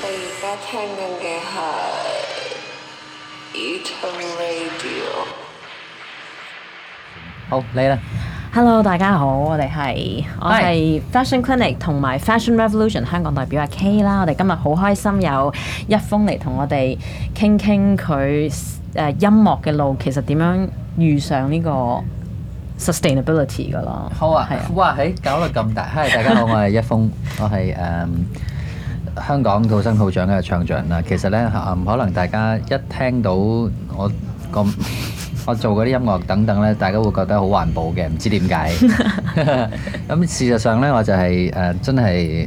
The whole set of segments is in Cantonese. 而家聽緊嘅係 Eton Radio。好，你啦。 Hello，大家好，我哋係我係 Fashion Clinic 同埋 Fashion Revolution 香港代表阿 K 啦。我哋今日好開心有一封嚟同我哋傾傾佢誒音樂嘅路，其實點樣遇上呢個 sustainability 噶啦。好啊係啊，，哇，嘿，搞到咁大。嗨，大家好，我係一峰，我係誒、嗯香港土生土長嘅唱將啦。其實咧、嗯可能大家一聽到我咁 我做嗰啲音樂等等咧，大家會覺得好環保嘅，唔知點解。 咁事實上咧，我就係、呃真係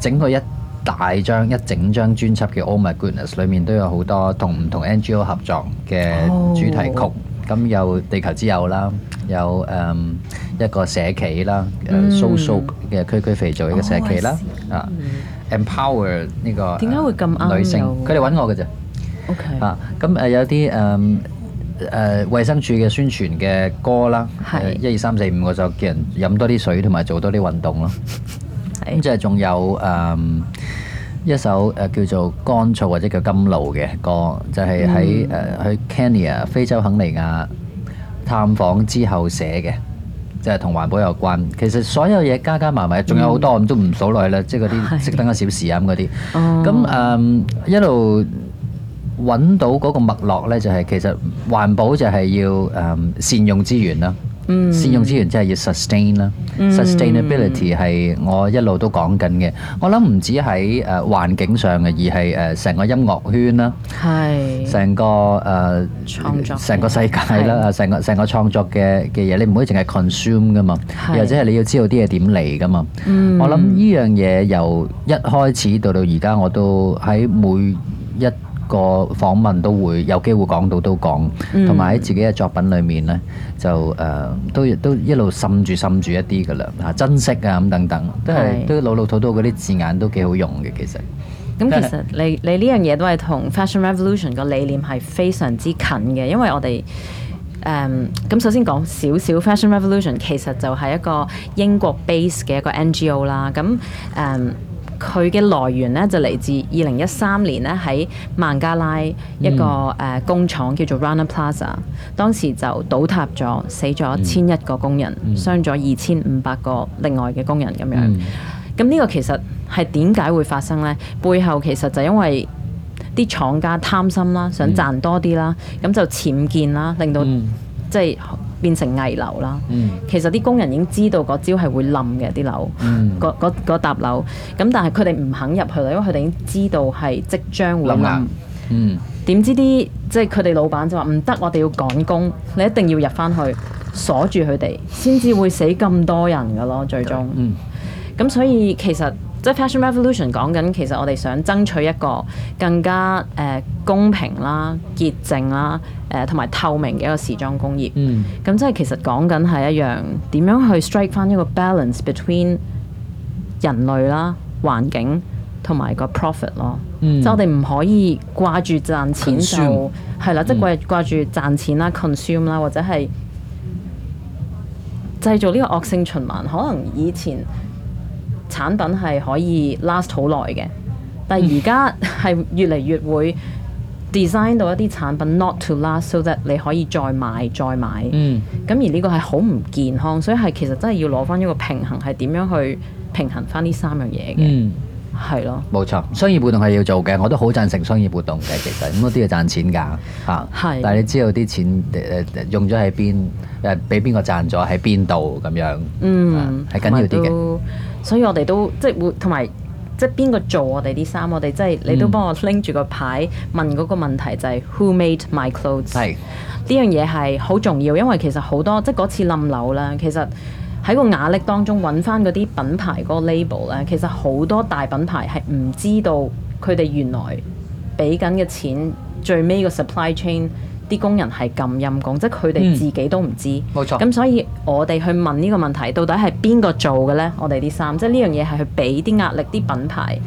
整個一大張一整張專輯嘅《Oh My Goodness》裏面都有好多同唔同 NGO 合作嘅哦主題曲。咁有地球之友啦，有誒、嗯一個社企啦，嗯誒 social 嘅區區肥皂嘅社企啦，啊 empower 呢個點解會咁啱呃女性有，佢哋揾我嘅啫。 OK，啊，咁誒有啲誒誒衞生署嘅宣傳嘅歌啦，係一二三四五，我就叫人飲多啲水同埋做多啲運動咯。係咁就係仲有誒一首誒叫做乾燥或者叫甘露嘅歌，就係喺誒去 Kenya 非洲肯尼亞探訪之後寫嘅。就係同環保有關，其實所有嘢加加埋埋，仲有好多，咁都唔數落去啦，即係嗰啲係熄燈嘅小時啊咁嗰啲。哦咁誒、嗯一路揾到嗰個脈絡呢，就係、其實環保就係要誒、嗯善用資源啦。嗯善用資源即係要 sustain 啦、嗯 s u s t a i n a b i l i t y 係我一路都講緊嘅。我諗唔止喺誒、呃、環境上嘅，而係誒成個音樂圈啦。係成個誒創作成個世界啦，啊成個成個創作嘅嘅嘢，你唔可以淨係 consume 噶嘛，係又或者係你要知道啲嘢點嚟噶嘛。嗯我諗呢樣嘢由一開始到到而家，我都喺每一個訪問都會有機會講到都講，嗯同埋喺自己嘅作品裏面呢，就誒、呃都都一路滲住滲住一啲噶啦，啊珍惜啊咁等等，都係係都老老土土嗰啲字眼都幾好用嘅其實。咁其實你你呢樣嘢都係同 Fashion Revolution 個理念係非常之近嘅，因為我哋誒咁首先講少少 Fashion Revolution 其實就係一個英國 base 嘅一個 NGO 啦，咁誒。嗯佢嘅來源咧就嚟自二零一三年咧喺孟加拉一個誒、呃工廠叫做 Rana Plaza，當時就倒塌咗，死咗千一個工人，傷咗二千五百個另外嘅工人咁樣。嗯咁呢個其實係點解會發生呢？背後其實就因為啲廠家貪心啦，想賺多啲啦，咁、就僭建啦，令到、嗯即係變成危樓啦。嗯其實啲工人已經知道嗰招係會冧嘅啲樓嗯，嗰嗰嗰搭樓，咁但係佢哋唔肯入去啦，因為佢哋已經知道係即將會諗下冧。嗯。點知啲即係佢哋老闆就話唔得，我哋要趕工，你一定要入翻去鎖住佢哋，先至會死咁多人噶咯，最終。嗯咁所以其實即係 Fashion Revolution 講緊，其實我哋想爭取一個更加誒、呃公平啦、潔淨啦、誒同埋透明嘅一個時裝工業。嗯咁即係其實講緊係一樣點樣去 strike 翻一個 balance between 人類啦、環境同埋個 profit 咯。嗯即係我哋唔可以掛住賺錢 Consume 嗯就係啦，即係掛掛住賺錢啦、consume 啦，或者係製造呢個惡性循環。可能以前產品係可以 last 好耐嘅，但嗯係而家係越嚟越會 design 到一啲產品 not to last，so that 你可以再買再買。嗯咁而呢個係好唔健康，所以係其實真係要攞翻一個平衡，係點樣去平衡翻呢三樣嘢嘅，嗯，係咯、冇錯，商業活動係要做嘅，我都好贊成商業活動嘅，其實咁都要賺錢㗎嚇。係但係你知道啲錢誒、呃用咗喺邊，誒俾邊個賺咗喺邊度咁樣，嗯，啊係緊要啲嘅。嘅。所以我哋都即係會同埋即係邊個做我哋啲衫，我哋即係你都嗯幫我拎住個牌問嗰個問題就係、Who made my clothes？係呢樣嘢係好重要，因為其實好多即係嗰次冧樓啦，其實喺個瓦礫當中揾翻嗰啲品牌嗰個 label 咧，其實好多大品牌係唔知道佢哋原來俾緊嘅錢最尾個 supply chain 啲工人係咁陰公，即係佢嗯哋自己都唔知。冇錯咁所以我哋去問呢個問題，到底係邊個做嘅呢？我哋啲衫，即係呢樣嘢係去俾啲壓力啲品牌。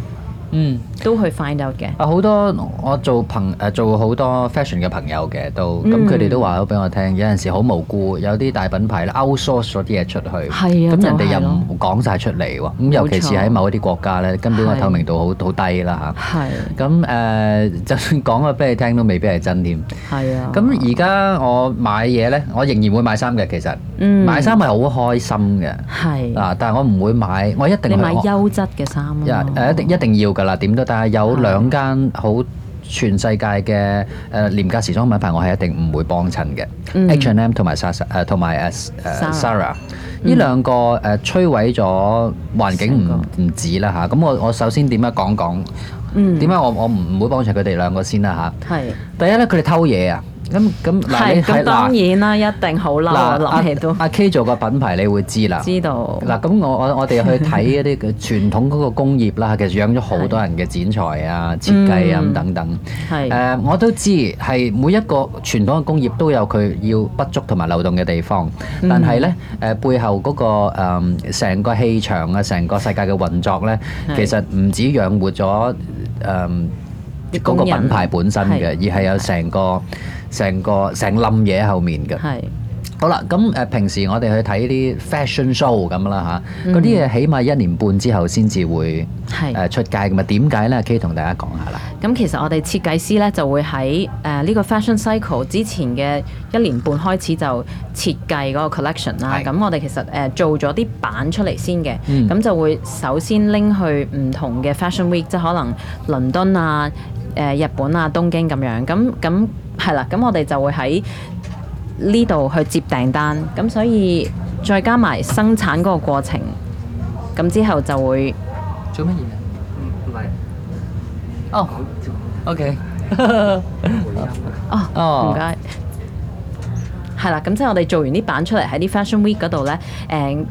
嗯。都去 find out 嘅。啊！好多我做朋誒、做好多 fashion 嘅朋友嘅都，嗯咁佢哋都話咗俾我聽，有陣時好無辜，有啲大品牌咧 outsource 咗啲嘢出去，咁、係啊人哋就係又咯唔講晒出嚟喎，咁尤其是冇錯喺某一啲國家咧，根本個係透明度好好低啦係嚇。咁誒、就算講咗俾你聽，都未必係真添。係啊。咁而家我買嘢咧，我仍然會買衫嘅，其實、嗯買衫係好開心嘅，係嗱，但係我唔會買，我一定你係買我優質嘅衫啊一嘛誒一定一定要㗎啦，點都。但係有係兩間好全世界嘅誒廉價時裝品牌，我係一定唔會幫襯嘅。嗯 H&M 同埋 Sasa 誒同埋誒誒 Zara Zara 呢兩個誒摧毀咗環境成唔唔止啦嚇。咁我我首先點樣講講？嗯點解我我唔唔會幫襯佢哋兩個先啦係。嚇？第一咧，佢哋偷嘢啊！咁咁嗱，你係咁係當嗱然啦，一定好嬲，嗱我諗起都阿阿 K 做個品牌，你會知啦。知道。嗱，咁我我我哋去睇一啲嘅傳統嗰個工業啦，其實養咗好多人嘅剪裁啊、設計啊咁嗯等等。誒、係我都知係每一個傳統嘅工業都有佢要不足同埋漏洞嘅地方，但係呢，誒、背後嗰、個誒成、個氣場啊，成個世界嘅運作呢，係其實唔止養活咗誒啲嗰個工人品牌本身嘅，係而係有成個成個成冧嘢後面嘅。係好啦，咁誒平時我哋去睇啲 fashion show 咁啦吓，嗰啲嘢起碼一年半之後先至會係誒出街咁嘛？點解咧？K 同大家講下啦。咁其實我哋設計師咧就會喺誒呢個 fashion cycle 之前嘅一年半開始就設計嗰個 collection 啦。係咁我哋其實誒、呃做咗啲版出嚟先嘅，咁、嗯就會首先拎去唔同嘅 fashion week，即係可能倫敦啊、誒、日本啊、東京咁樣。咁咁係啦，咁我哋就會喺呢度去接訂單。咁所以再加埋生產嗰個過程，咁之後就會做乜嘢？唔係。哦。OK。哦。唔哦。該。係啦，咁即係我哋做完啲版出嚟喺啲 Fashion Week 嗰度咧，誒、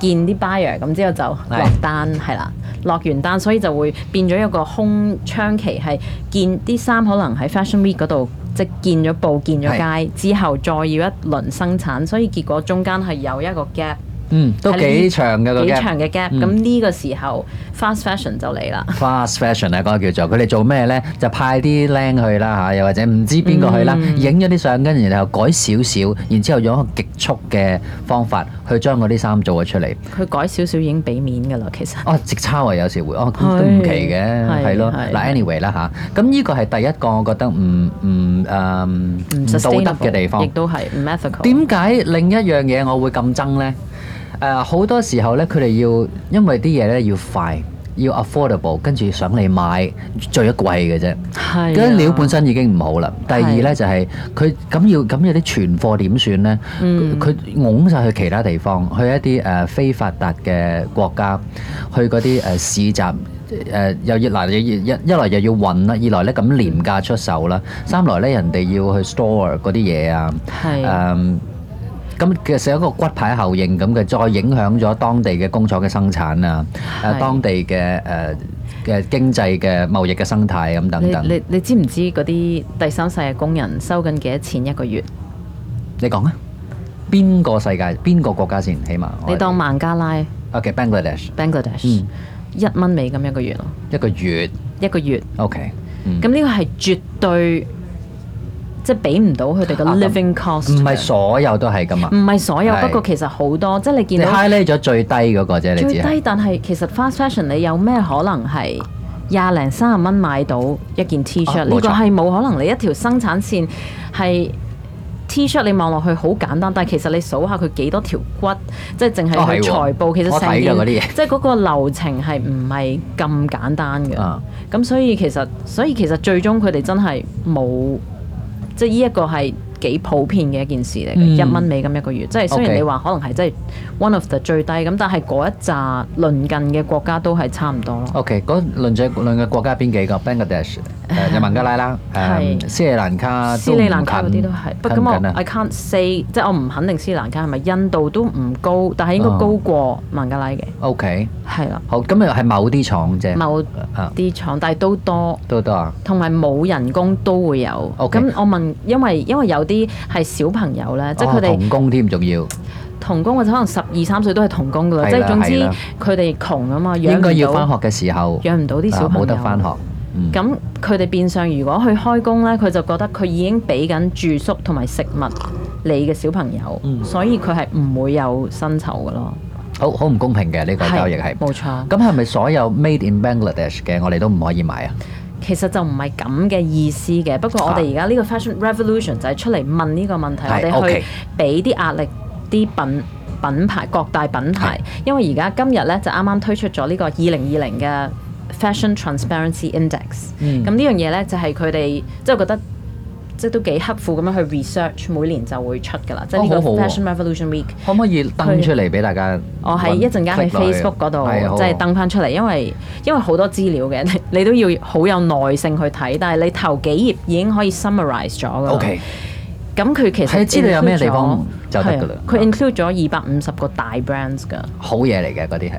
見啲 buyer，咁之後就落單，係啦，落完單，所以就會變咗一個空窗期，係見啲衫可能喺 Fashion Week 嗰度即係見咗布、見咗街之後，再要一輪生產，所以結果中間係有一個 gap，嗯，都幾長嘅個幾 gap 長嘅 gap，嗯咁呢、個時候 fast fashion 就嚟啦。 fast fashion 啊，嗰個叫做佢哋做咩咧？就派啲僆去啦嚇，又或者唔知邊個去啦，影咗啲相，跟住然後改少少，然之後用一個極速嘅方法去將嗰啲衫做咗出嚟。佢改少少已經俾面㗎啦，其實哦，直抄啊，有時會哦，咁都唔奇嘅，係係咯。係嗱，anyway 啦吓，咁呢個係第一個我覺得唔唔誒唔唔道 sustainable 德嘅地亦方。都係唔 ethical。點解另一樣嘢我會咁憎呢？誒、好多時候呢，佢哋要因為啲嘢呢要快，要 affordable，跟住想你買最貴嘅啫。係嗰啲料啊本身已經唔好啦。第二呢，就係佢咁要咁有啲存貨點算呢？嗯佢拱晒去其他地方，去一啲誒、呃非發達嘅國家，去嗰啲誒市集。誒、又要嗱，你要一一來又要運啦，二來呢咁廉價出售啦，三來呢人哋要去 store 嗰啲嘢啊，係誒咁其實有一個骨牌效應咁嘅，再影響咗當地嘅工廠嘅生產啊，誒係當地嘅誒嘅經濟嘅貿易嘅生態咁等你等。你你知唔知嗰啲第三世嘅工人收緊幾多錢一個月？你講啊，邊個世界邊個國家先？起碼我你當孟加拉 OK，Bangladesh （Bangladesh） 嗯一蚊美金一個月咯，一個月一個月。 OK，嗯 Ừ. 咁呢個係絕對即係俾唔到佢哋嘅啊咁 living cost 唔嘅。係所有都係咁啊唔，係所有，係不過其實好多，即係你你見到 high 咗最低嗰個啫，你啊最只係低，但係其實 fast fashion 你有咩可能係廿零三十蚊買到一件 T 啊 shirt？冇錯呢個係冇可能，你一條生產線係 T shirt 你望落去好簡單，但係其實你數下佢幾多條骨，即係淨哦係喎係去裁布，其我實睇成㗎嗰啲件嘢即係嗰個流程係唔係咁簡單嘅。啊咁所以其實，所以其實最終佢哋真係冇，即係呢一個係幾普遍嘅一件事嚟嗯嘅，一蚊美金一個月。即係雖 OK 然你話可能係真係 one of the 最低咁，但係嗰一紮鄰近嘅國家都係差唔多咯。 OK，嗰鄰近鄰嘅國家邊幾個？Bangladesh、誒有孟加拉啦，誒係斯里蘭卡斯啊都唔里近，蘭卡嗰啲都係，不過近唔咁近啊我 I can't say，即係我唔肯定斯里蘭卡係咪印度都唔高，但係應該哦高過孟加拉嘅， OK，係啦，好，咁又係某啲廠啫，某啊啲廠，但係都多。都得啊。同埋冇人工都會有，咁 OK 我問，因為因為有啲係小朋友咧，即係佢哦哋童工添，仲要童工或者可能十二三歲都係童工噶啦，係即啦係總之係啦佢哋窮啊嘛，養應唔該要到翻學嘅時候，養唔到啲小啊朋友，冇得翻學。嗯，咁佢哋變相如果去開工咧，佢就覺得佢已經俾緊住宿同埋食物你嘅小朋友，嗯所以佢係唔會有薪酬噶咯。好好唔公平嘅呢個交易係。冇錯。咁係咪所有 made in Bangladesh 嘅我哋都唔可以買啊？其實就唔係咁嘅意思嘅，不過我哋而家呢個 fashion revolution 就係出嚟問呢個問題，係我哋 OK 去俾啲壓力啲品品牌各大品牌，因為而家今日咧就啱啱推出咗呢個二零二零嘅 fashion transparency index，咁、嗯呢樣嘢咧就係佢哋即係覺得。即係都幾刻苦咁樣去 research，每年就會出㗎啦，即係呢個哦好好喎 Fashion Revolution Week。可唔可以登出嚟俾大家揾？我喺一陣間喺 click 落去 Facebook 嗰係好度即係登翻出嚟，因為因為好多資料嘅， 你你都要好有耐性去睇。但係你頭幾頁已經可以 summarize 咗㗎啦。 O K，咁佢其實係知道有咩 include 咗地方就得㗎啦係啊佢 include 咗二百五十個大 brands 㗎，好嘢嚟嘅嗰啲係。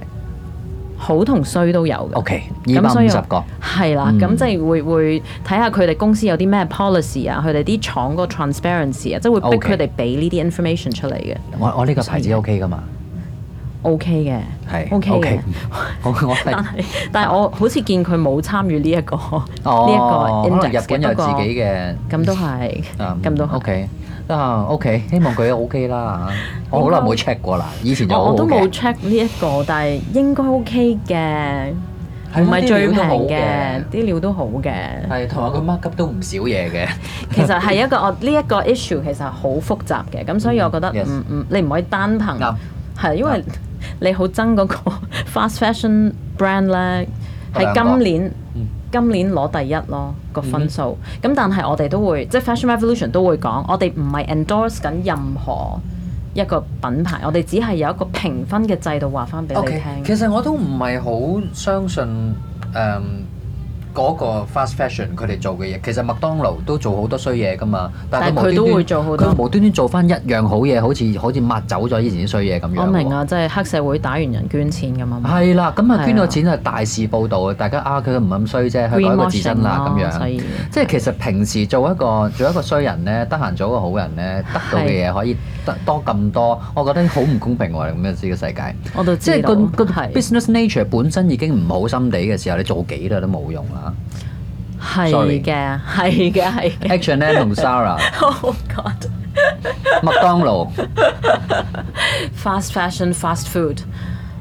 好同衰都有嘅。 O K，二咁百所以五十我個。係啦，嗯咁即係會會睇下佢哋公司有啲咩 policy 啊，佢哋啲廠個 transparency 啊，即係會逼 OK 佢哋俾呢啲 information 出嚟嘅。我我呢個牌子 O K 噶嘛？ OK 嘅，係 OK 嘅。我 我係 但係，但係我好似見佢冇參與呢一個呢一個哦，可能 index 日本有嘅，不自過己嘅咁都係，啊咁都 O 係。 K 啊 O K，希望佢 O K 啦嚇。我好耐冇 check 過啦，以前就好我好我都冇嘅。 check 呢一個，但係應該 OK 嘅，係唔係最啲料平都好嘅，啲料都好嘅。係同埋個 markup 都唔少嘢嘅。其實係一個我呢一個 issue 其實好複雜嘅，咁所以我覺得嗯 Yes 唔唔，你唔可以單啱憑係因為你好憎嗰個 fast fashion brand 咧，嗰兩個係今年嗯。今年攞第一咯個分數，咁、但係我哋都會即係 Fashion Revolution 都會講，我哋唔係 endorse 緊任何一個品牌，我哋只係有一個評分嘅制度話翻俾你 OK，聽。其實我都唔係好相信誒嗰個 fast fashion 佢哋做嘅嘢。其實麥當勞都做好多衰嘢噶嘛，但係但係佢無端都端會做好多佢無端端做翻一樣好嘢，好似好似抹走咗以前啲衰嘢咁樣。我明。啊，即係黑社會打完人捐錢咁啊嘛。係啦，咁係啊啊捐咗錢係大事報導啊！大家啊，佢唔咁衰啫，佢改過自身啦 Greenwashing 咁咯啊所樣以。即係其實平時做一個做一個衰人咧，得閒做一個好人咧，得到嘅嘢可以得多咁多，我覺得好唔公平喎！咁樣呢個世界。我都即知係道，個個係 business nature 本身已經唔好心地嘅時候，你做幾多都冇用啦。 係 sorry 嘅，係嘅，係嘅。 H&M 同 Zara、 Oh God！麥當勞 Fast fashion, fast food。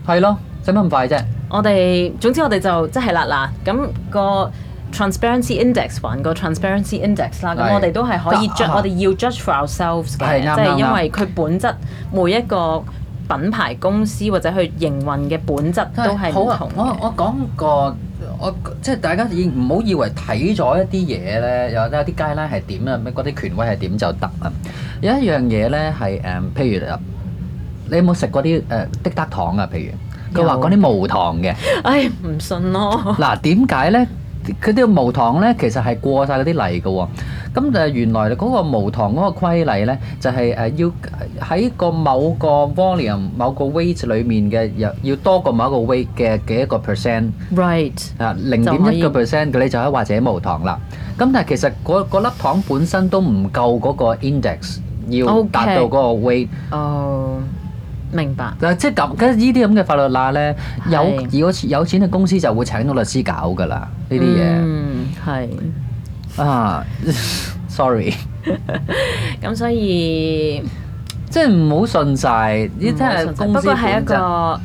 係咯，使乜咁快啫？我哋總之我哋就即係啦嗱，咁、個 transparency index 還個 transparency index 啦，係咁我哋都係可以啊 judge，我哋要 judge for ourselves 嘅，係啱即係啱因為佢本質每一個品牌公司或者佢營運嘅本質都係好唔啊同！我嘅。我講個我即係大家已唔好以為睇咗一啲嘢咧，有有啲 guideline 係點啊，咩嗰啲權威係點就得啊。有一樣嘢咧係誒，譬如你有冇食過啲誒滴答糖啊？譬如佢話有嗰啲無糖嘅。唉，唔信咯，嗱，點解咧？佢呢個無糖咧，其實係過晒嗰啲例嘅喎。咁誒，原來嗰個無糖嗰個規例咧，就係、誒要喺個某個 volume、某個 weight 裡面嘅，又要多過某一個 weight 嘅嘅一個 percent。 right 啊，零點一個 percent 嘅你就可以或者無糖啦。咁但係其實嗰嗰粒糖本身都唔夠嗰個 index，要 OK 達到嗰個 weight。哦，明白。嗱，即係咁，跟呢啲咁嘅法律罅咧，係有有錢有錢嘅公司就會請到律師搞㗎啦，呢啲嘢。嗯，係。啊 ，sorry，咁所以即係唔好信晒，呢啲係唔好嗯信晒公不司過係一本質。個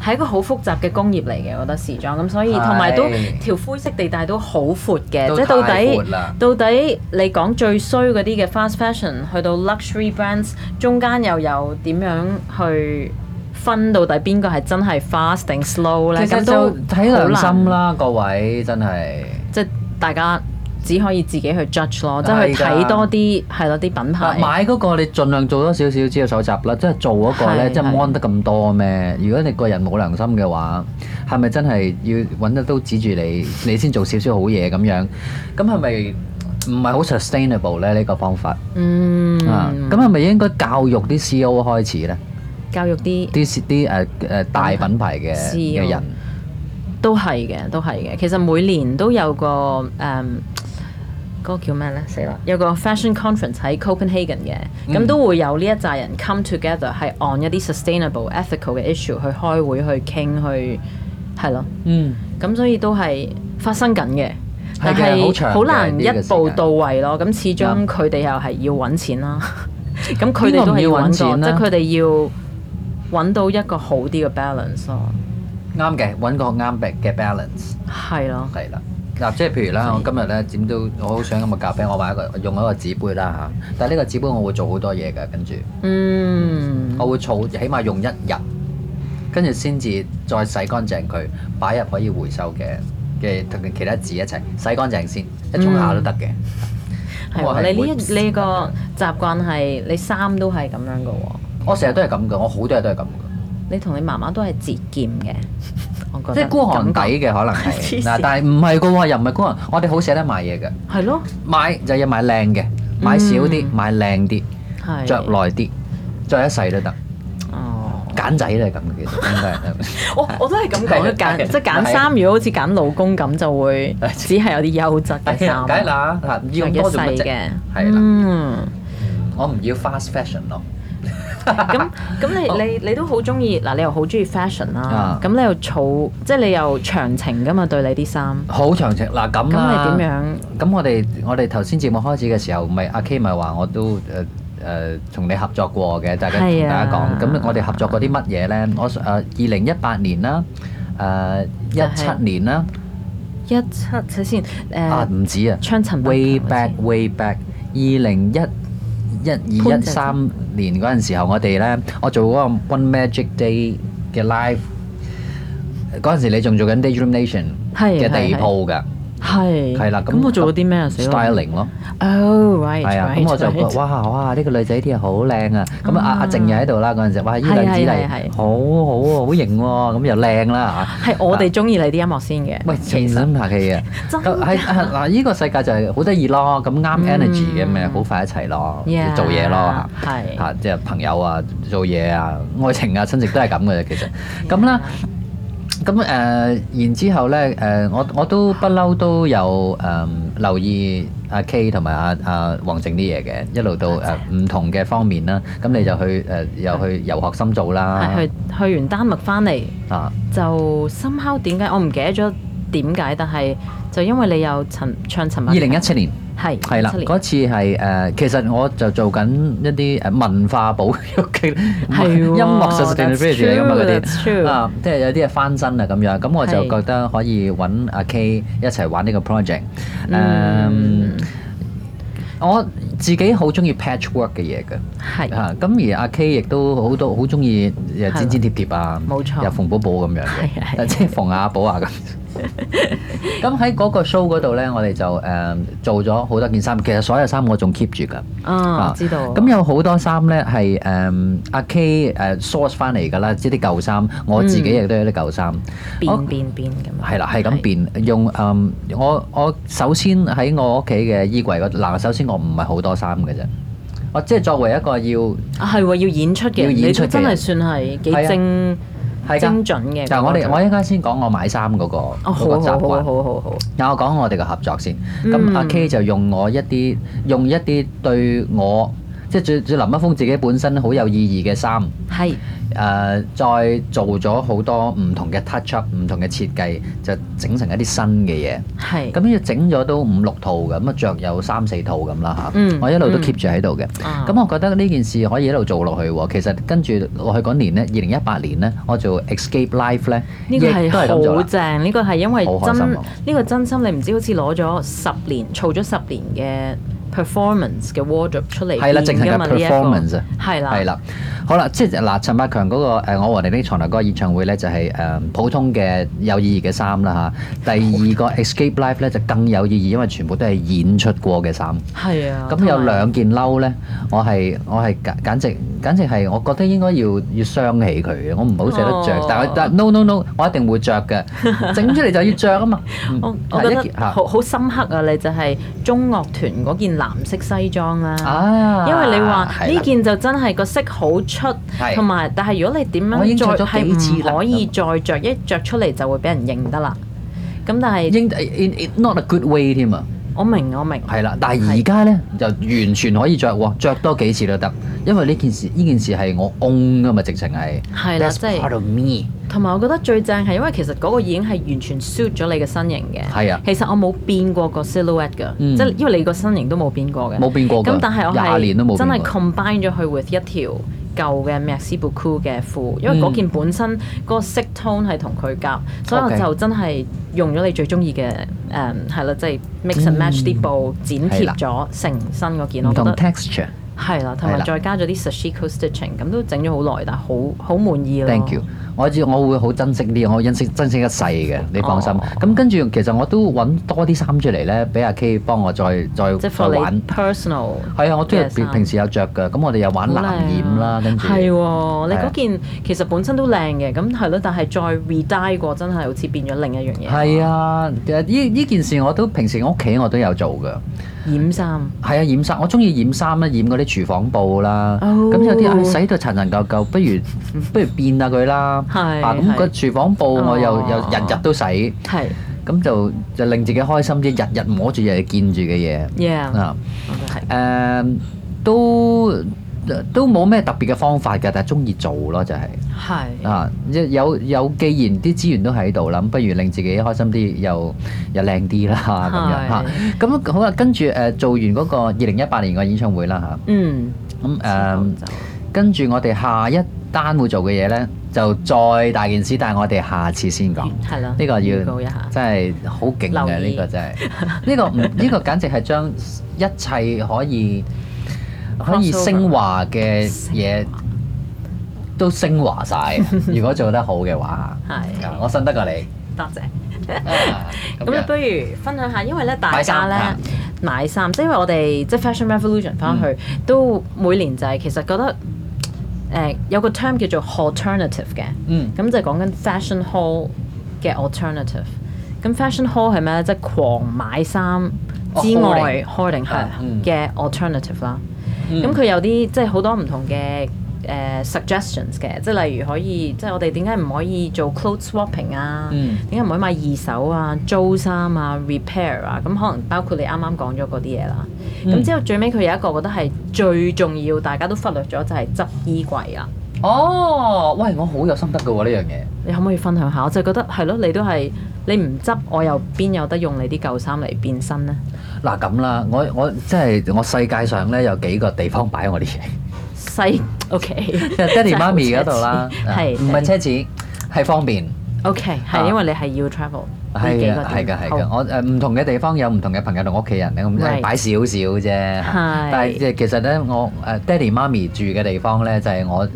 係一個好複雜嘅工業嚟嘅，我覺得時裝咁，所以同埋都係條灰色地帶都好闊嘅，都即係到太底闊啦到底你講最衰嗰啲嘅 fast fashion 去到 luxury brands，中間又有點樣去分到底邊個係真係 fast 定 slow 咧？其實咁就都睇良好難心，啦，各位真係。即係大家只可以自己去 judge 咯，即係去係㗎睇多啲係咯啲品牌。啊買嗰個你盡量做多少少資料搜集啦，即係做嗰個咧，係即係係 mon 得咁多咩？如果你個人冇良心嘅話，係咪真係要揾得都指住你，你先做少少好嘢咁樣？咁係咪唔係好 sustainable 咧？呢個方法嗯，啊，咁係咪應該教育啲 CEO 開始咧？教育啲。啲啲誒誒大品牌嘅 CEO 嘅人？都係嘅，都係嘅。其實每年都有個誒、嗯嗰個叫咩咧？死啦！有個 fashion conference 喺 Copenhagen 嘅，嗯咁、都會有呢一紮人 come together 係 on 一啲 sustainable、ethical 嘅 issue 去開會、去傾、去係咯。嗯，咁所以都係發生緊嘅，係嘅但係好長嘅好難呢個一時間步到位咯。咁始終啱佢哋又係要揾錢啦， 咁佢哋邊個都唔係要要揾揾錢錢，即呢係佢哋要揾到一個好啲嘅 balance 咯，啱嘅，揾個啱嘅 balance。係咯，係啦。嗱，即係譬如嗯啦，我今日咧點都，我好想咁嘅咖啡，我買一個用一個紙杯啦嚇。但係呢個紙杯我會做好多嘢㗎，跟住嗯，我會儲，起碼用一日，跟住先至再洗乾淨佢，擺入可以回收嘅嘅同其他紙一齊洗乾淨先，一沖下都得嘅。嗯係我係喎。你呢會一呢個習慣係你衫都係咁樣嘅喎，我成日都係咁嘅，我好多嘢都係咁嘅，你同你媽媽都係節儉嘅， 我覺得即係孤寒底感覺嘅可能 黐係線嗱，但係唔係嘅喎，又唔係孤寒，我哋好捨得買嘢嘅，係咯，買就要買靚嘅，買少啲，嗯買靚啲，係着耐啲，着一世都得。哦。揀仔都係咁嘅，其實應該係。我我都係咁講，係係揀即係揀衫，如果好似揀老公咁，就會只 係有啊啲優質嘅 衫，梗係啦，嚇唔要咁多做乜細啫？嘅，係啦，嗯，我唔要 fast fashion 咯。咁 咁你你你都好中意嗱，你又好中意 fashion 啦啊，咁你又儲，即係你又長情噶嘛對你啲衫，好長情嗱咁啦。咁你啊點樣？咁我哋我哋頭先節目開始嘅時候，咪阿 K 咪話我都誒誒同你合作過嘅，大家同係啊大家講。咁我哋合作過啲乜嘢咧？我誒二零一八年啦，誒一就係七年啦，一七睇先，啊誒，唔止啊窗塵，way 白鴿 back way back 二零一一二潘一姐三年嗰陣時候，我哋咧我做嗰個 One Magic Day 嘅 live。嗰陣時你仲做緊 Daydream Nation 係嘅係地係鋪㗎，係係啦。咁我做咗啲咩啊？死啦 styling 咯。哦，right，係啊，咁我就覺 right，right 哇哇呢個女仔啲嘢好靚啊！咁啊阿啊阿靜又喺度啦嗰陣時，哇呢係兩姊係係弟係好好好型喎，咁又靚啦 嚇。係我哋中意你啲音樂先嘅，喂，其情實深客氣啊！真嗯咁係啊嗱，呢個世界就係好得意咯，咁啱 energy 嘅咪好快一齊咯， Yeah，做嘢咯係嚇，即係朋友啊，做嘢啊，愛情啊，親戚都係咁嘅啫，其實咁啦。咁誒、呃然之後咧，誒、呃我我都不嬲都有誒、呃留意阿 K 同埋阿阿黃靜啲嘢嘅，一路到誒唔同嘅方面啦。咁你就去誒、呃又去遊學深造啦，係去去完丹麥翻嚟。啊就 somehow 點解我唔記得咗點解，但係就因為你有陳唱陳二文，零一七年。係係啦， 2017年嗰次係誒、呃其實我就做緊一啲誒文化保育嘅喎音樂 that's sustainability 嚟㗎嘛 true，嗰 that's 啲 true 啊，即係有啲嘢翻身啊咁樣，咁我就係覺得可以揾阿 K 一齊玩呢個 project。誒、嗯我自己好中意 patchwork 嘅嘢嘅。係嚇，啊咁而阿 K 亦都好多好中意誒係剪啦剪貼貼啊，冇錯又縫寶寶咁樣係啊係嘅，啊即係縫下補 下咁。咁喺嗰個 show 嗰度咧，我哋就誒、做咗好多件衫，其實所有衫我仲 keep 住㗎。啊，我知道咁有好多衫咧係誒阿 K 誒 source 翻嚟㗎啦，即係啲舊衫，我自己亦都有啲舊衫。我變變變咁樣係啦，係咁變用誒、嗯我我首先喺我屋企嘅衣櫃嗰度嗱，首先我唔係好多衫嘅啫，我即係作為一個要。啊係喎，要演出嘅，要演你出都嘅真係算係幾係啊精係㗎精準嘅。嗱，我哋嗰個我一陣間先講我買衫嗰個哦，嗰好個好習好好慣。好好好，嗱，我講我哋嘅合作先。咁嗯阿 K 就用我一啲用一啲對我即係最最林一峰自己本身好有意義嘅衫，誒、呃係再做咗好多唔同嘅 touch up、唔同嘅設計，就整成一啲新嘅嘢。係咁呢整咗都五六套嘅，咁啊着有三四套咁啦嚇。嗯我一路都嗯 keep 住喺度嘅。啊咁我覺得呢件事可以一路做落去喎。其實跟住落去嗰年呢，二零一八年呢，我做 Escape Life 呢，呢個亦都係咁係做好啦。正，呢個係因為好開真心啊呢個真心，你唔知好似攞咗十年，儲咗十年嘅 performance 嘅 wardrobe 出嚟係啦，淨變係㗎個嘛呢一個 performance 啊，係啦係啦，好啦，即係嗱，陳百強嗰、個、呃、我和你的床頭嗰個演唱會咧，就係、呃普通嘅有意義嘅衫啦嚇。第二個 Escape Life 咧就更有意義，因為全部都係演出過嘅衫。係啊，咁有同埋兩件褸咧，我係我係簡簡直簡直係，我覺得應該要要傷起佢嘅，我唔好捨得着。哦但係但 no no no，我一定會着嘅，整出嚟就要着啊嘛。嗯我我嗱覺一件得嚇好好深刻啊！你就係中樂團嗰件藍色西裝啦、啊因為你話係啦呢件就真係個色好出係，同埋但係如果你點我已經樣着再咗幾次係啦唔可以再着，一着出嚟就會俾人認得啦。咁但係應 in- in- not a good way 添啊。我明我明，係啦，但係而家咧就完全可以着喎，着多幾次都得，因為呢件事呢件事係我 own 噶嘛，直情係。係啦 That's 即係 part of me。同埋我覺得最正係因為其實嗰個已經係完全 suit 咗你嘅身形嘅。係啊其實我冇變過個 silhouette 㗎，嗯即係因為你個身形都冇變過嘅。冇變過㗎咁但係我廿年都冇係變真過係 combine 咗佢 with 一條舊嘅 Maxi Buku 嘅褲，因為嗯嗰件本身嗰個色 tone 係同佢夾，所以我 OK 就真係用咗你最中意嘅誒係啦，即係 mix and match 啲布剪嗯係啦貼咗成身嗰件，我唔覺同得。 texture。係啦，同係埋啦再加咗啲 sashiko stitching，咁都整咗好耐，但係好好滿意咯。 Thank you。我知我會好珍惜呢樣，我珍惜珍惜一世嘅，你放心。哦咁、跟住其實我都揾多啲衫出嚟咧，俾阿 K 幫我再再再即係 for 你玩。 personal 係啊，我都嘅係衫平時有着嘅，咁我哋又玩藍好靚啊染啦，跟住係喎，你係啊嗰件其實本身都靚嘅，咁係咯，但係再 redye 過，真係好似變咗另一樣嘢。係，啊，呢呢件事我都平時我屋企我都有做嘅。染衫係啊，染衫我中意染衫啦，染嗰啲廚房布啦。咁、哦有啲唉洗到殘殘舊舊，不如不如變下佢啦。係啊，咁係個廚房布我又哦又日日都洗，係咁就就令自己開心啲，日日摸住日日見住嘅嘢。 ，yeah，啊，我都係誒、都都冇咩特別嘅方法㗎，但係中意做咯，就係、係啊，一有有，既然啲資源都喺度啦，咁不如令自己開心啲，又又靚啲啦 咁樣嚇。咁好啦，跟住誒、呃做完嗰個二零一八年嘅演唱會啦嗯嚇，咁、誒先好走跟住我哋下一單會做嘅嘢咧，就再大件事，但係我哋下次先講。係啦，嗯呢個要預告一下，真係好勁嘅，留意呢個真係呢 個唔呢個簡直係將一切可以可以 Crossover 升華嘅嘢都升華晒。 如果做得好嘅話，係啊我信得過 你。多謝。啊咁咁你樣不如分享下，因為咧大買家衫咧嚇嗯買衫，即係因為我哋即係 Fashion Revolution 翻去、都每年就係其實覺得誒、呃有個 term 叫做 alternative 嘅，嗯咁就係講緊 fashion haul 嘅 alternative。咁 fashion haul 係咩咧？即係狂買衫哦之外 hoarding 啊係嗯嘅 alternative 啦。嗯咁佢有啲即係好多唔同嘅誒、呃 suggestions 嘅，即係例如可以即係我哋點解唔可以做 clothes swapping 啊？嗯點解唔可以買二手啊、租衫啊、repair 啊？咁可能包括你啱啱講咗嗰啲嘢啦。咁、嗯之後最尾佢有一個覺得係最重要，大家都忽略咗就係執衣櫃啦。哦，喂，我好有心得嘅喎呢樣嘢。你可唔可以分享下？我就覺得係咯，你都係你唔執，我又邊有得用你啲舊衫嚟變身呢？嗱咁啦，我我即係我世界上咧有幾個地方擺我啲 嘢。西 OK，即係 爹哋媽咪嗰度啦，啊 係唔係奢侈，係方便。 OK，係因為你係要 travel 呢幾啊係個啊，係㗎，係嘅㗎。。我誒唔同嘅地方有唔同嘅朋友同屋企人咧，咁 Right 誒擺少少啫。係但係即係其實咧，我誒爹哋媽咪住嘅地方咧，就係我誒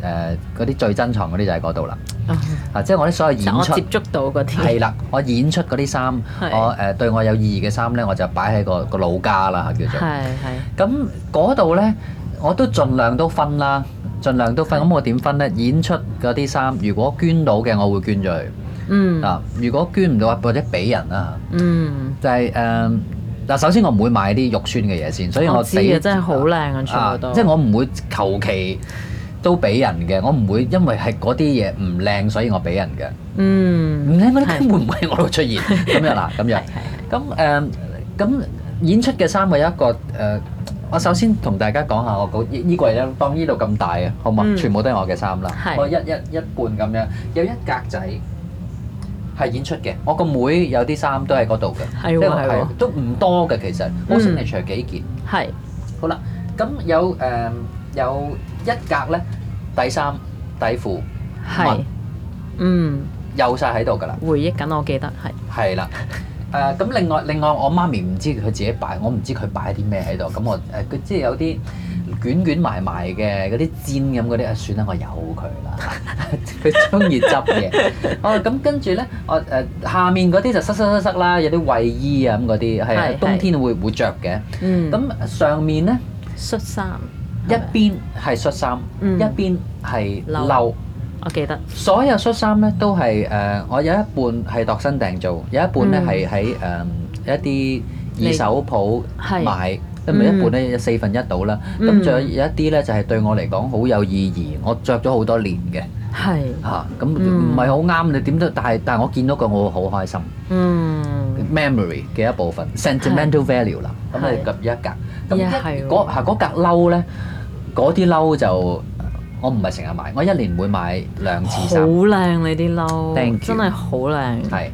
嗰啲最珍藏嗰啲就喺嗰度啦。好啊，即係我啲所有就演我出接。觸到嗰啲係啦，我演出嗰啲衫，係我誒對我有意義嘅衫咧，我就擺喺個個老家啦，叫做。係係咁嗰度呢，我都盡量都分啦，盡量都分。咁我點分呢？演出嗰啲衫，如果捐到嘅，我會捐咗佢。嗯啊，如果捐唔到，或者俾人啦。嗯，就係、誒，嗱、首先我唔會買啲肉酸嘅嘢先，所以我知俾啊，真係好靚啊，全啊部都即係我唔會求其都俾人嘅，我唔會因為係嗰啲嘢唔靚，所以我俾人嘅。唔嗯靚嗰啲根本唔喺我度出現，咁樣啦，咁樣係。咁誒，咁演出嘅衫我有一個誒，我首先同大家講下我個衣衣櫃咧，當呢度咁大啊，好嘛嗯？全部都係我嘅衫啦係，我一一一半咁樣，有一格仔係演出嘅，我個妹有啲衫都喺嗰度嘅，係喎即我係喎啊都唔多嘅其實，我嗯 signature 幾件，係好啦，咁有誒有一格咧底衫底褲係襪嗯有晒喺度㗎啦。回憶緊，我記得係係啦。誒咁、另外另外我媽咪唔知佢自己擺，我唔知佢擺啲咩喺度。咁我誒佢即係有啲捲捲埋埋嘅嗰啲煎咁嗰啲，啊算啦，我由佢啦。 佢中意執嘢。哦，咁跟住咧，我誒、下面嗰啲就塞塞塞塞啦，有啲衞衣啊咁嗰啲，係啊係冬天會會著嘅。嗯咁、上面咧恤衫一邊係恤衫，嗯一邊係褸褸。我記得所有恤衫咧都係誒、呃我有一半係度身訂做，有一半咧嗯係喺誒一啲二手鋪係買，咁咪嗯一半咧有四分一到啦。咁嗯仲、有一啲咧就係、對我嚟講好有意義，我着咗好多年嘅係嚇，咁嗯唔係好啱你點都，但係但係我見到佢我會好開心。嗯 memory 嘅一部分，sentimental value 啦。咁係你夾一格，咁呀一係喎嗰係嗰格褸咧，嗰啲褸就我唔係成日買，我一年會買兩好次衫。靚你啲褸， Thank you 真係好靚。係。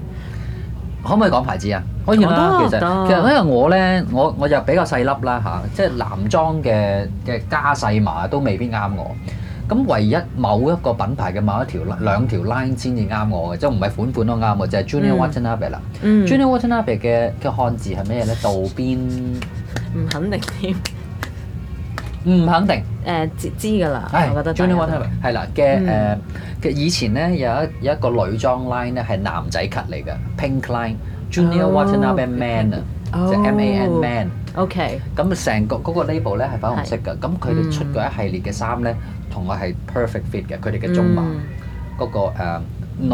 可唔可以講牌子啊？可以啦，我其得啊實得其實因為我咧，我我就比較細粒啦吓，即係男裝嘅嘅加細碼都未必啱我。咁唯一某一個品牌嘅某一條兩條 line 先至啱我嘅，即係唔係款款都啱我，就係 Junior 嗯 Watanabe 啦。嗯， Junior Watanabe 嘅嘅漢字係咩咧？道邊唔肯定添。嗯唔肯定。誒知知㗎啦，係我覺得大 Johnny 家 Walker 係啦嘅誒嗯嘅以前咧有一有一個女裝 line 咧係男仔 cut 嚟嘅 Pink Line Junior 哦 Watanabe Man 啊，哦即係 M A N Oh. Man。 OK，咁成個嗰個 label 咧係粉紅色嘅，咁佢哋出過一系列嘅衫咧，同我係 perfect fit 嘅，佢哋嘅中碼嗯嗰個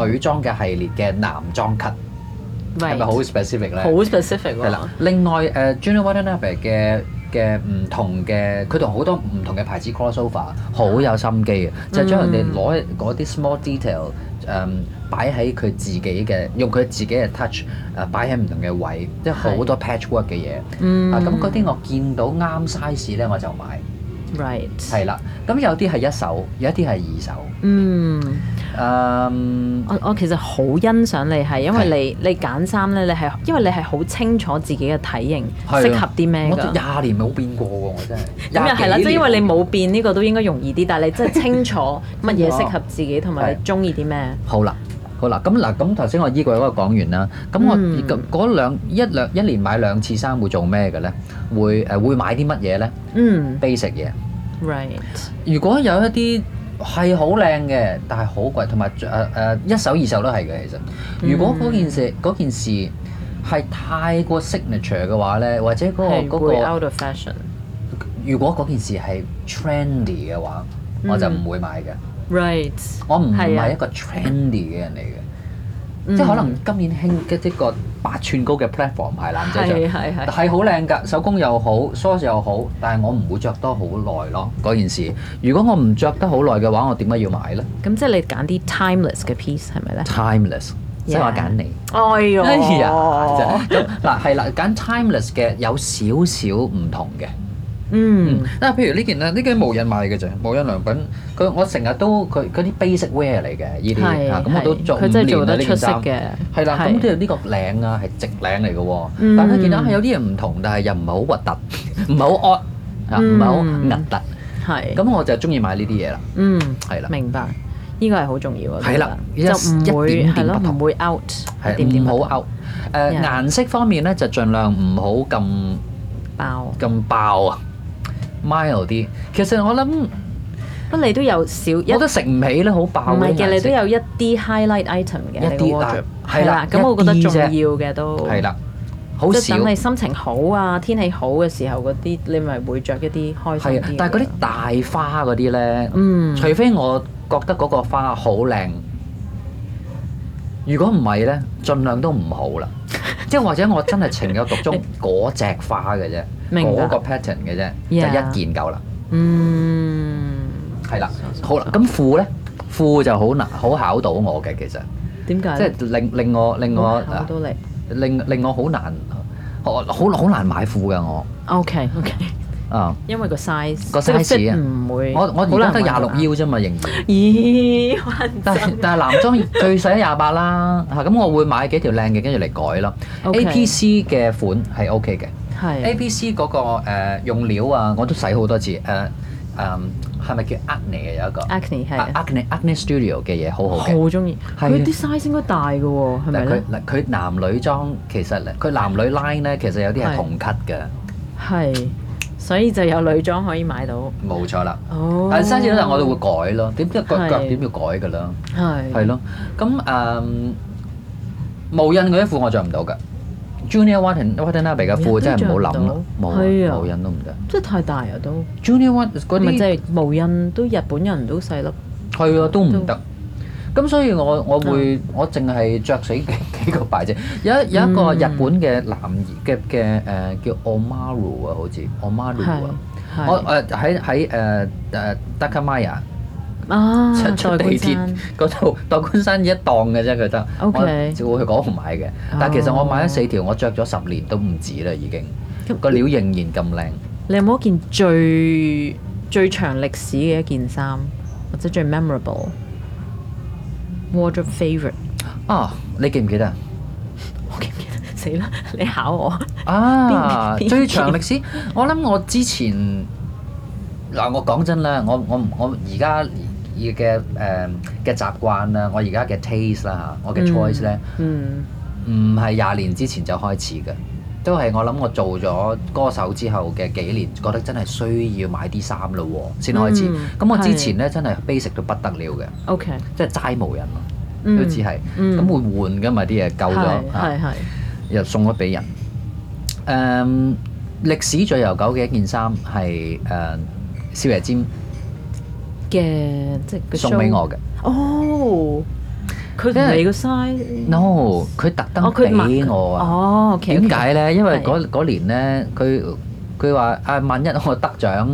誒女裝嘅系列嘅男裝 cut 係咪好嗯 right， specific 咧？好係 specific 喎啦，，另外誒、Junior Watanabe 嘅嘅唔同嘅，佢同好多唔同嘅牌子 crossover 好有心機嘅，就係將人哋攞嗰啲 small detail à, 誒、擺喺佢自己嘅，用佢自己嘅 touch 誒擺喺唔同嘅位，即係好多 patchwork 嘅嘢。嗯啊，咁嗰啲我見到啱 size 咧我就買， right，係啦。咁有啲係一手，有一啲係二手。嗯嗯。誒、我我其實好欣賞你係，因為係你你揀衫咧，你係因為你係好清楚自己嘅體型係啊適合啲咩我㗎。廿年冇變過喎，我真係。咁又係啦，廿即係幾因為年你冇變呢個都應該容易啲，但係你真係清楚乜嘢適合自己同埋你係中意啲咩。好啦，好啦，咁嗱，咁頭先我衣櫃嗰個講完啦，咁我嗯咁嗰兩一兩一年買兩次衫會做咩嘅咧？會誒、會買啲乜嘢咧嗯？basic 嘢。 ，right，如果有一啲係好靚嘅，但係好貴，同埋誒誒一手二手都係嘅。其實，如果嗯嗰件事嗰、件事係太過 signature 嘅話咧，或者嗰、係個嗰、會個 out of fashion。如果嗰件事係 trendy 嘅話，我就唔會買嘅。 right，我唔嗯係啊係一個 trendy 嘅人嚟嘅。嗯即係可能今年興嘅一個八寸高嘅 platform 鞋男仔係啊着，係係係好靚㗎，手工又好，source 又好，但係我唔會着多好耐咯。嗰件事，如果我唔着得好耐嘅話，我點解要買呢咁即係你揀啲 timeless 嘅 piece 係咪咧？ t i m e l e s s 即係我揀你。哎呦，哎呀，真係咁嗱係啦，揀 timeless 嘅有少少唔同嘅。嗯嗯，Ừ, 啊，譬如呢件咧，呢件無印買嘅啫，無印良品，佢我成日都佢佢啲 basic wear 嚟嘅，呢係啲啊，咁我都係做五佢真係年做啦得呢出件色衫。嘅，係啦，係咁即係呢個領啊係直領嚟嘅喎，嗯但係佢見到啊有啲嘢唔同，但係又唔係好核突，唔 係好 odd 啊，唔係好嗯核突。係咁我就中意買呢啲嘢啦，嗯，係啦明白，呢個係好重要啊。係啦我覺一得就唔會一點係點咯，不同唔會 out，一點係點唔不同好 out。誒 Yeah 顏色方面咧就盡量唔好咁爆。咁爆啊，mild 啲。其實我諗不過你都有少一我都食唔起咧，好爆唔嗰啲係嘅，你顏色都有一啲 highlight item 嘅，一啲你個 wardrobe 啊係啦咁我覺得一啲重啫要嘅都係，啦，好即係少等。你心情好啊、天氣好嘅時候嗰啲，你咪會着一啲開心係啲啊嘅。，但係嗰啲大花嗰啲咧，嗯除非我覺得嗰個花好靚，如果唔係咧，盡量都唔好啦。即係或者我真係情有獨鍾嗰只花嘅啫，明白嗰個 pattern 嘅啫，就 Yeah 一件夠啦。ừ. 嗯係啦，好啦，咁褲咧，褲就好難好考到我嘅，其實點解即咧？係令令我令我考到你令令我好難，我好好難買褲㗎我，OK OK，啊。因為個 size 個即係 size 啊 fit 唔會，我我好而家難得揾廿到六啱腰啫嘛，仍然。咦，穩陣但係但係男裝最細廿八啦，嚇咁我會買幾條靚嘅，跟住嚟改啦。 OK A P C 嘅款係 O K 嘅，A 係 P C 嗰個呃用料啊，我都洗好多次。誒誒係咪叫 Acne 嘅有一個 acne 係啊 Acne Acne Studio 嘅嘢好好嘅。好中意，係啊佢啲 size 應該大嘅喎，係咪嗱咧佢？嗱佢男女裝其實咧佢男女 line 咧其實有啲係係同級嘅，係，所以就有女裝可以買到。冇錯啦。哦但係生字咧我哋會改咯，點知腳係腳點要改㗎啦，係係咯。咁誒無印嗰啲褲我着唔到㗎。Junior Watten Watanabe 嘅褲真係唔好諗啦，冇啊係啊無印都唔得。即係太大啊都， Junior Wat 嗰咪即啲係無印都日本人都細粒，係啊都唔得。咁所以我我會我淨係着死幾幾個牌子，有一有一個嗯日本嘅男嘅嘅誒叫 Omaru 啊，好似 Omaru 係啊。我係誒喺喺誒誒 Dakamaya 啊，出出代地官鐵山嗰度 代官山一檔嘅啫，佢得。 OK 哦我照佢講唔買嘅，但係其實我買咗四條，我着咗十年都唔止啦，已經。個料仍然咁靚。你有冇一件最最長歷史嘅一件衫，或者最 memorable wardrobe favorite？啊，你記唔記得啊？我記唔記得？死啦！你考我，啊！邊邊最長歷史，我諗我之前嗱，我講真啦，我我我而家嘅誒嘅習慣啦，我而家嘅 taste 啦嚇，我嘅 choice 咧，嗯，唔係廿年之前就開始嘅，都係我諗我做咗歌手之後嘅幾年，覺得真係需要買啲衫嘞喎，先開始。咁嗯、我之係前咧真係 basic 到不得了嘅， OK，即係齋無人咯，嗯都只係咁、嗯會換㗎嘛啲嘢夠咗係啊係係，又送咗俾人。誒、歷史最悠久嘅一件衫係誒少爺尖嘅即係個送俾 show Oh! 我嘅。哦，佢因同為你個 size No，佢特登哦佢唔俾我啊。哦，OK，Oh, 點解咧？因為係嗰嗰年咧，佢佢話啊，萬一我得獎，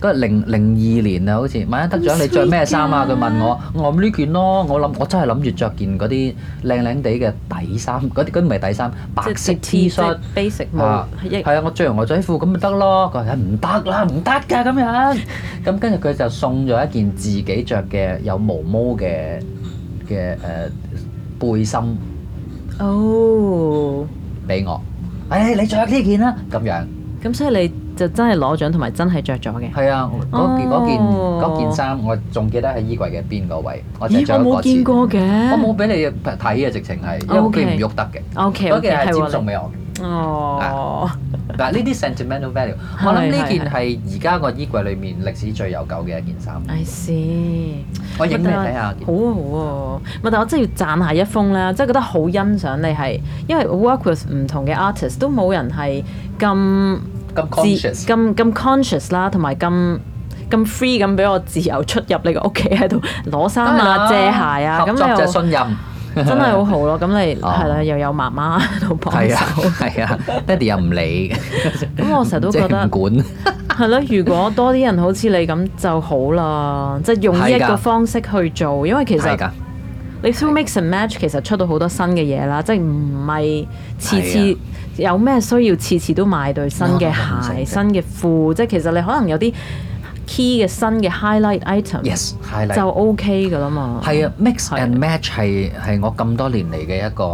嗰零零二年啊，好似萬一得獎，咁你着咩 sweet 衫啊？㗎佢問我，我話呢件咯，我諗我真係諗住着件嗰啲靚靚地嘅底衫，嗰啲嗰啲唔係底衫，白色 T 恤。 basic 冇啊，一係啊，我着完牛仔褲咁咪得咯。佢話唔得啦，唔得㗎咁樣。咁跟住佢就送咗一件自己着嘅有毛毛嘅嘅誒背心哦，俾我。誒、你着呢件啦，咁樣咁所以你就真係攞獎同埋真係着咗嘅。係啊，嗰件嗰件哦嗰件衫，我仲記得喺衣櫃嘅邊個位，我淨係咦，着我過冇一次見。過嘅。我冇俾你睇嘅，直情係，因為佢唔 OK 喐得嘅。 O K 嗰 O K 件係係接送喎俾我嘅。 你。哦，嗱，呢啲 sentimental value，我諗係呢件係係而家個衣櫃裏面歷史最悠久嘅一件衫。 I see。我影俾你睇下好啊。好啊，咪但係我真係要讚下一封啦，即係覺得好欣賞你係，因為 work with 唔同嘅 artist 都冇人係咁咁自 conscious，咁咁 conscious 啦，同埋咁咁 free 咁俾我自由出入你個屋企喺度攞衫當然啦啊、借鞋啊，合咁作就係你 信任，又真係好好咯。咁你 哦係啦，又有媽媽喺度幫係手啊。係啊，爹哋又唔理，咁我成日 都即覺係唔得管，係咯，如果多啲人好似你咁就好啦，即係用呢一係㗎個方式去做，因為其係實㗎，你 through mix and match 其實出到好多新嘅嘢啦，即係唔係次係啊次有咩需要次次都買對新嘅啱啱鞋、新嘅褲，即係其實你可能有啲 key 嘅新嘅 highlight item yes 係啦，就 OK 㗎啦嘛。係啊，mix 嗯係 and match 係係我咁多年嚟嘅一個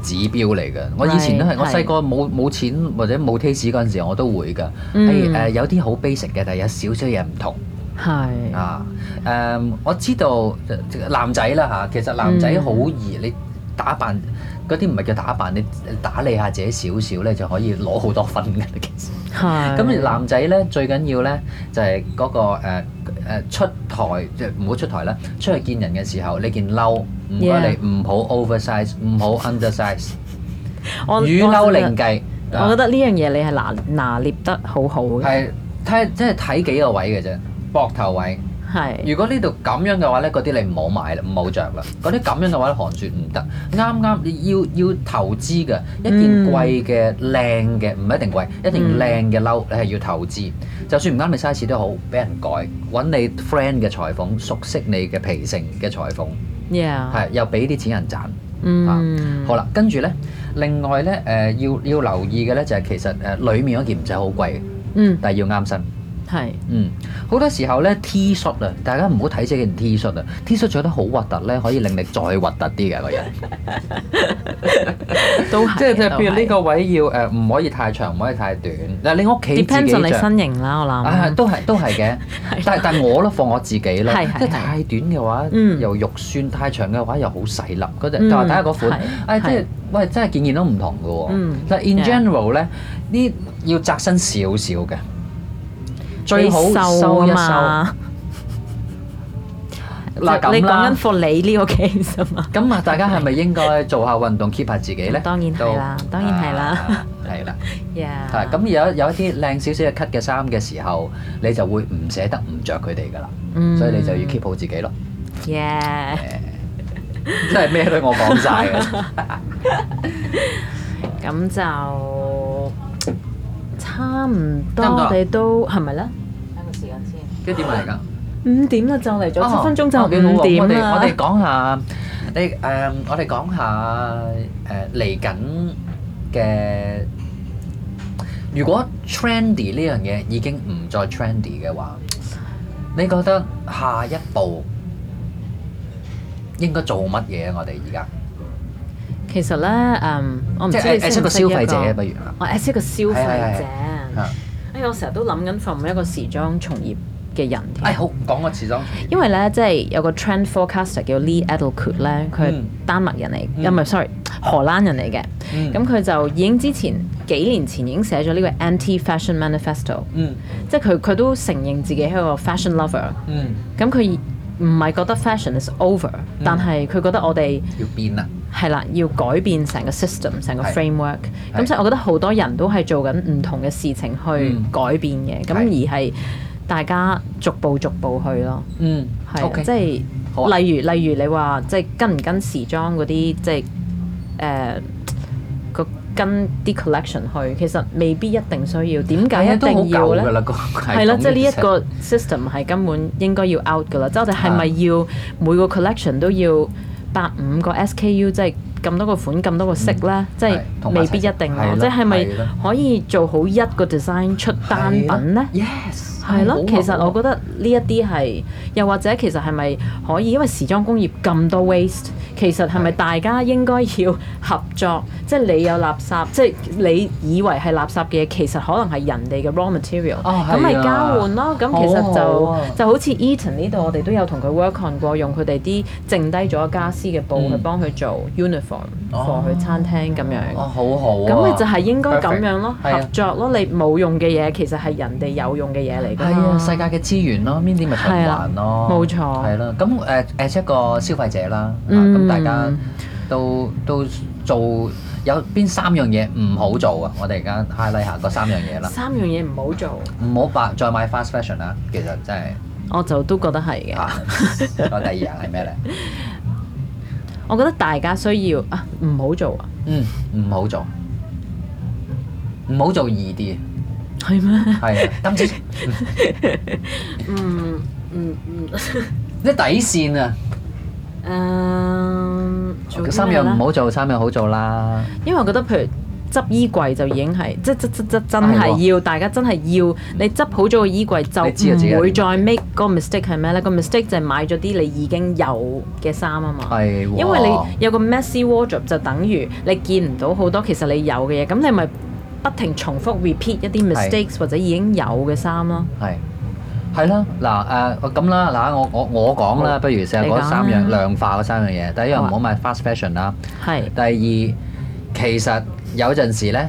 誒指標嚟嘅。我以前都係，係我細個冇冇錢或者冇 taste 嗰陣時，我都會㗎。係嗯誒有啲好 basic 嘅，但係有少少嘢唔同。係啊，誒、我知道呃男仔啦嚇，其實男仔嗯好易，你打扮嗰啲唔係叫打扮，你呃打理下自己少少咧就可以攞好多分嘅。其實係咁男仔咧最緊要咧就係、嗰、個誒、呃出台即係唔好出台啦，出去見人嘅時候你件褸唔該 Yeah 你唔好 oversize，唔好 undersize，我雨我褸覺得另計。我覺得呢樣嘢你係拿拿捏得好好嘅，啊係睇即係睇幾個位嘅啫，膊頭位。係如果呢度咁樣嘅話呢，嗰啲你唔好買啦，唔好着啦。嗰啲咁樣嘅話咧，韓雪唔得。啱啱你要要投資嘅一件嗯貴嘅靚嘅，唔一定貴，一定嗯靚嘅褸，你係要投資。就算唔啱你 size 都好，俾人改，揾你 friend 嘅裁縫，熟悉你嘅脾性嘅裁縫， ，yeah，係又俾啲錢人賺。啊啊嗯，好啦，跟住呢，另外呢，誒、要要留意嘅呢，就係、其實誒、裡面嗰件唔使好貴，嗯，但係要啱身。係嗯，好多時候咧 T 恤啊，大家唔好睇死件 T 恤啊，T 恤着得好核突咧，可以令你再核突啲嘅個 人。都係，即係即係啊都譬如呢係個位要誒唔可以太長，唔可以太短。嗱，你屋企自己 depends on 你着。身形啦，我啊，諗。都係都係 嘅，但但我咯，放我自己啦，啊係係即係係太短嘅話嗯又肉酸，太長嘅話又好細粒，嗰隻嗯就話睇下嗰款係，唉，即係係喂，真係件件都唔同嘅喎嗯。但 in yeah general 咧，呢要窄身少少嘅，最好你收啊一收。嘛，嗱即係你咁啦講緊。for 你呢個 case 啊嘛，咁啊，大家係咪應該做下運動 keep 下自己呢？當然係啦都當然係啦啊係啦，係係咁有有一啲靚少少嘅 cut 嘅衫嘅時候，你就會唔捨得唔着佢哋噶啦，咁所以你就要 keep 好自己咯。 yeah。嗯真係咩都我講晒嘅，咁就差差唔唔多，多啊我哋都係咪咧？睇個時間先。跟住點嚟㗎？啊五點啦，就嚟咗哦七分鐘就哦幾好喎五點我哋啦。我哋講下你誒、我哋講下誒嚟緊嘅。如果 trendy à, 呢樣嘢已經唔再 ừ, trendy 嘅話，你覺得下一步應該做乜嘢啊？我哋而家其實咧，嗯，我唔即知係你 a 識一唔個識消一費者啊個不如啊我 as 一個消係係費係者。啊哎，我成日都諗緊 from 一個時裝從業嘅人添。哎好講個時裝從業因為咧，即係有個 trend forecaster 叫 Lee Edelkoot 咧，佢係嗯丹麥人嚟，嗯又唔係 sorry 荷蘭人嚟嘅。嗯咁佢、就已經之前幾年前已經寫咗呢個 anti-fashion manifesto，嗯即係佢佢都承認自己係一個 fashion lover。嗯咁佢唔係覺得 fashion is over，、但係佢覺得我哋要變啦，係啦，要改變成個 system、成個係 framework。咁係所以我覺得好多人都係做緊唔同嘅事情去嗯改變嘅，咁、係而係大家逐步逐步去咯。嗯係啊 Ừ, OK 即好係啊例如例如你話即係跟唔跟時裝嗰啲，即係誒個跟啲 collection 去，其實未必一定需要。點解係啊一都好定要舊㗎啦咧？個係啦，系統即係呢一其實個 system 係根本應該要 out 㗎啦。即係我哋係咪要每個 collection 都要百五個 SKU，即係咁多個款、咁多個色咧？即係嗯係同埋未必一定係咯。咯即係係咪係咯可以做好一個 design 出單品咧？ ？Yes，係好咯啊，其實好啊我覺得呢一啲係，又或者其實係咪可以，因為時裝工業咁多 waste，其實係咪大家應該要合作？即係你有垃圾，即係你以為係垃圾嘅嘢，其實可能係人哋嘅 raw material，哦係啊咁咪、交換咯。咁其實就好啊就好似 Eaton 呢度，我哋都有同佢 work on 過，用佢哋啲剩低咗嘅家私嘅布嗯去幫佢做 uniform 哦 for 佢餐廳咁樣。哦，好好啊！咁咪就係應該咁樣咯 Perfect，係啊合作咯。你冇用嘅嘢其實係人哋有用嘅嘢嚟㗎係啊，嘛。世界嘅資源咯，邊啲咪循環咯，係啊冇錯係啦，咁誒誒一個消費者啦，啊嗯咁大家都都做有邊三樣嘢唔好做啊？我哋而家 highlight 下嗰三樣嘢啦，三樣嘢唔好 做，唔好買再買 fast fashion 啦，其實真 係我就都覺得係嘅。嚇。咁第二樣係咩咧？ 我覺得大家需要啊，唔好做啊，嗯，唔好做，唔好做易啲，係咩？係啊，今次嗯嗯啲底線啊，嗯，誒，做啲咩三樣唔咧，好做，三樣好做啦。因為我覺得譬如。執衣櫃就已經係，即即即即真係係喎要大家真係要你執好咗個衣櫃你知道自己就係唔會點再 make 個 mistake 係咩咧？個 mistake 就係買咗啲你已經有嘅衫啊嘛。係喎，因為你有個 messy wardrobe 就等於你見唔到好多其實你有嘅嘢，咁你咪不停重複 repeat 一啲 mistakes 或者已經有嘅衫咯。係係啦，嗱誒咁啦，嗱我我我講啦，不如成日你講嗰啦三樣量化嗰三樣嘢，第一樣好唔啊好買 fast fashion 啦，係第二其實有陣時咧，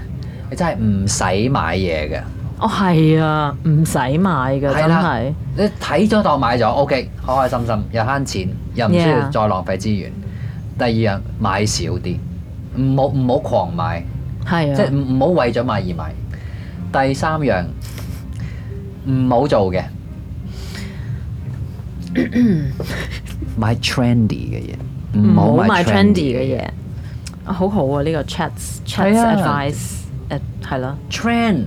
你真係唔使買嘢嘅，哦，係啊，唔使買噶，真啦係，你睇咗當買咗，OK，開開心心，又慳錢，又唔需要 Yeah 再浪費資源。第二樣買少啲，唔好唔好狂買。係即係啊，唔唔好為咗買而買。第三樣唔好做 嘅，買 trendy 嘅嘢，唔好買 trendy 嘅嘅嘢。啊好好啊，呢個 chats chats 係啊 advice 誒係咯， trend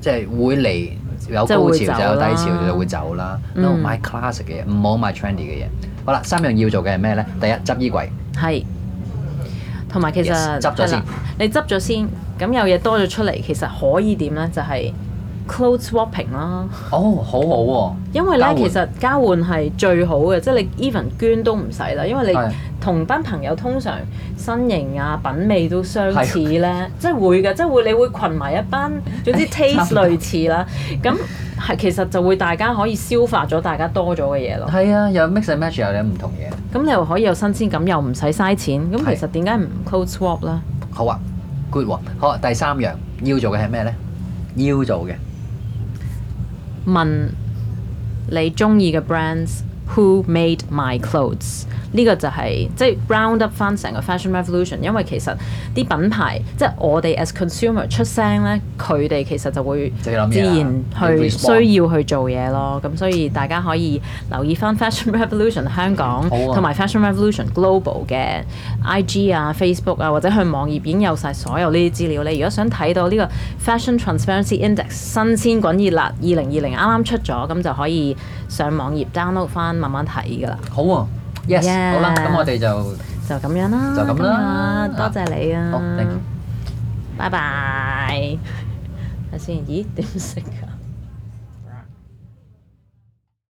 即係會嚟有即高係潮會就走有低啦潮就會走啦。嗯都買 classic 嘅嘢，唔好買 trendy 嘅嘢。好啦，三樣要做嘅係咩呢？第一執衣櫃，係。同埋其實 Yes，執咗係先啦，你執咗先，咁有嘢多咗出嚟，其實可以點咧？就係 clothes swapping 啦。哦，好好喎、因為交咧，換其實交換係最好嘅，即係你 even 捐都唔使啦，因為係你同班朋友通常身形啊、品味都相似咧，即係會嘅，即係會你會群埋一班，總之 taste 差唔多類似啦，咁係其實就會大家可以消化咗大家多咗嘅嘢咯，係啊，有 mix and match 有啲唔同嘢。咁你又可以有新鮮感，又唔使嘥錢，咁係其實點解唔 close swap 啦？好啊，good 喎、好啊，第三樣要做嘅係咩呢？要做嘅。問你中意嘅 brands Who Made My Clothes？呢個就係即係 round up 翻成個 fashion revolution，因為其實啲品牌即係我哋 as consumer 出聲咧，佢哋其實就會即係諗自嘢啦啊然去 respond 啊需要去做嘢咯。咁所以大家可以留意翻 fashion revolution 香港好啊同埋 fashion revolution global 嘅 IG 啊、Facebook 啊，或者去網頁已經有晒所有呢啲資料。你如果想睇到呢個 fashion transparency index 新鮮滾熱辣，二零二零啱啱出咗，咁就可以上網頁 download 翻慢慢睇噶啦。好喎，yes， Yeah 好啦，咁我哋就。就咁樣啦，就咁啦今日多謝你啊，好，thank you 拜拜。睇先，咦點食啊？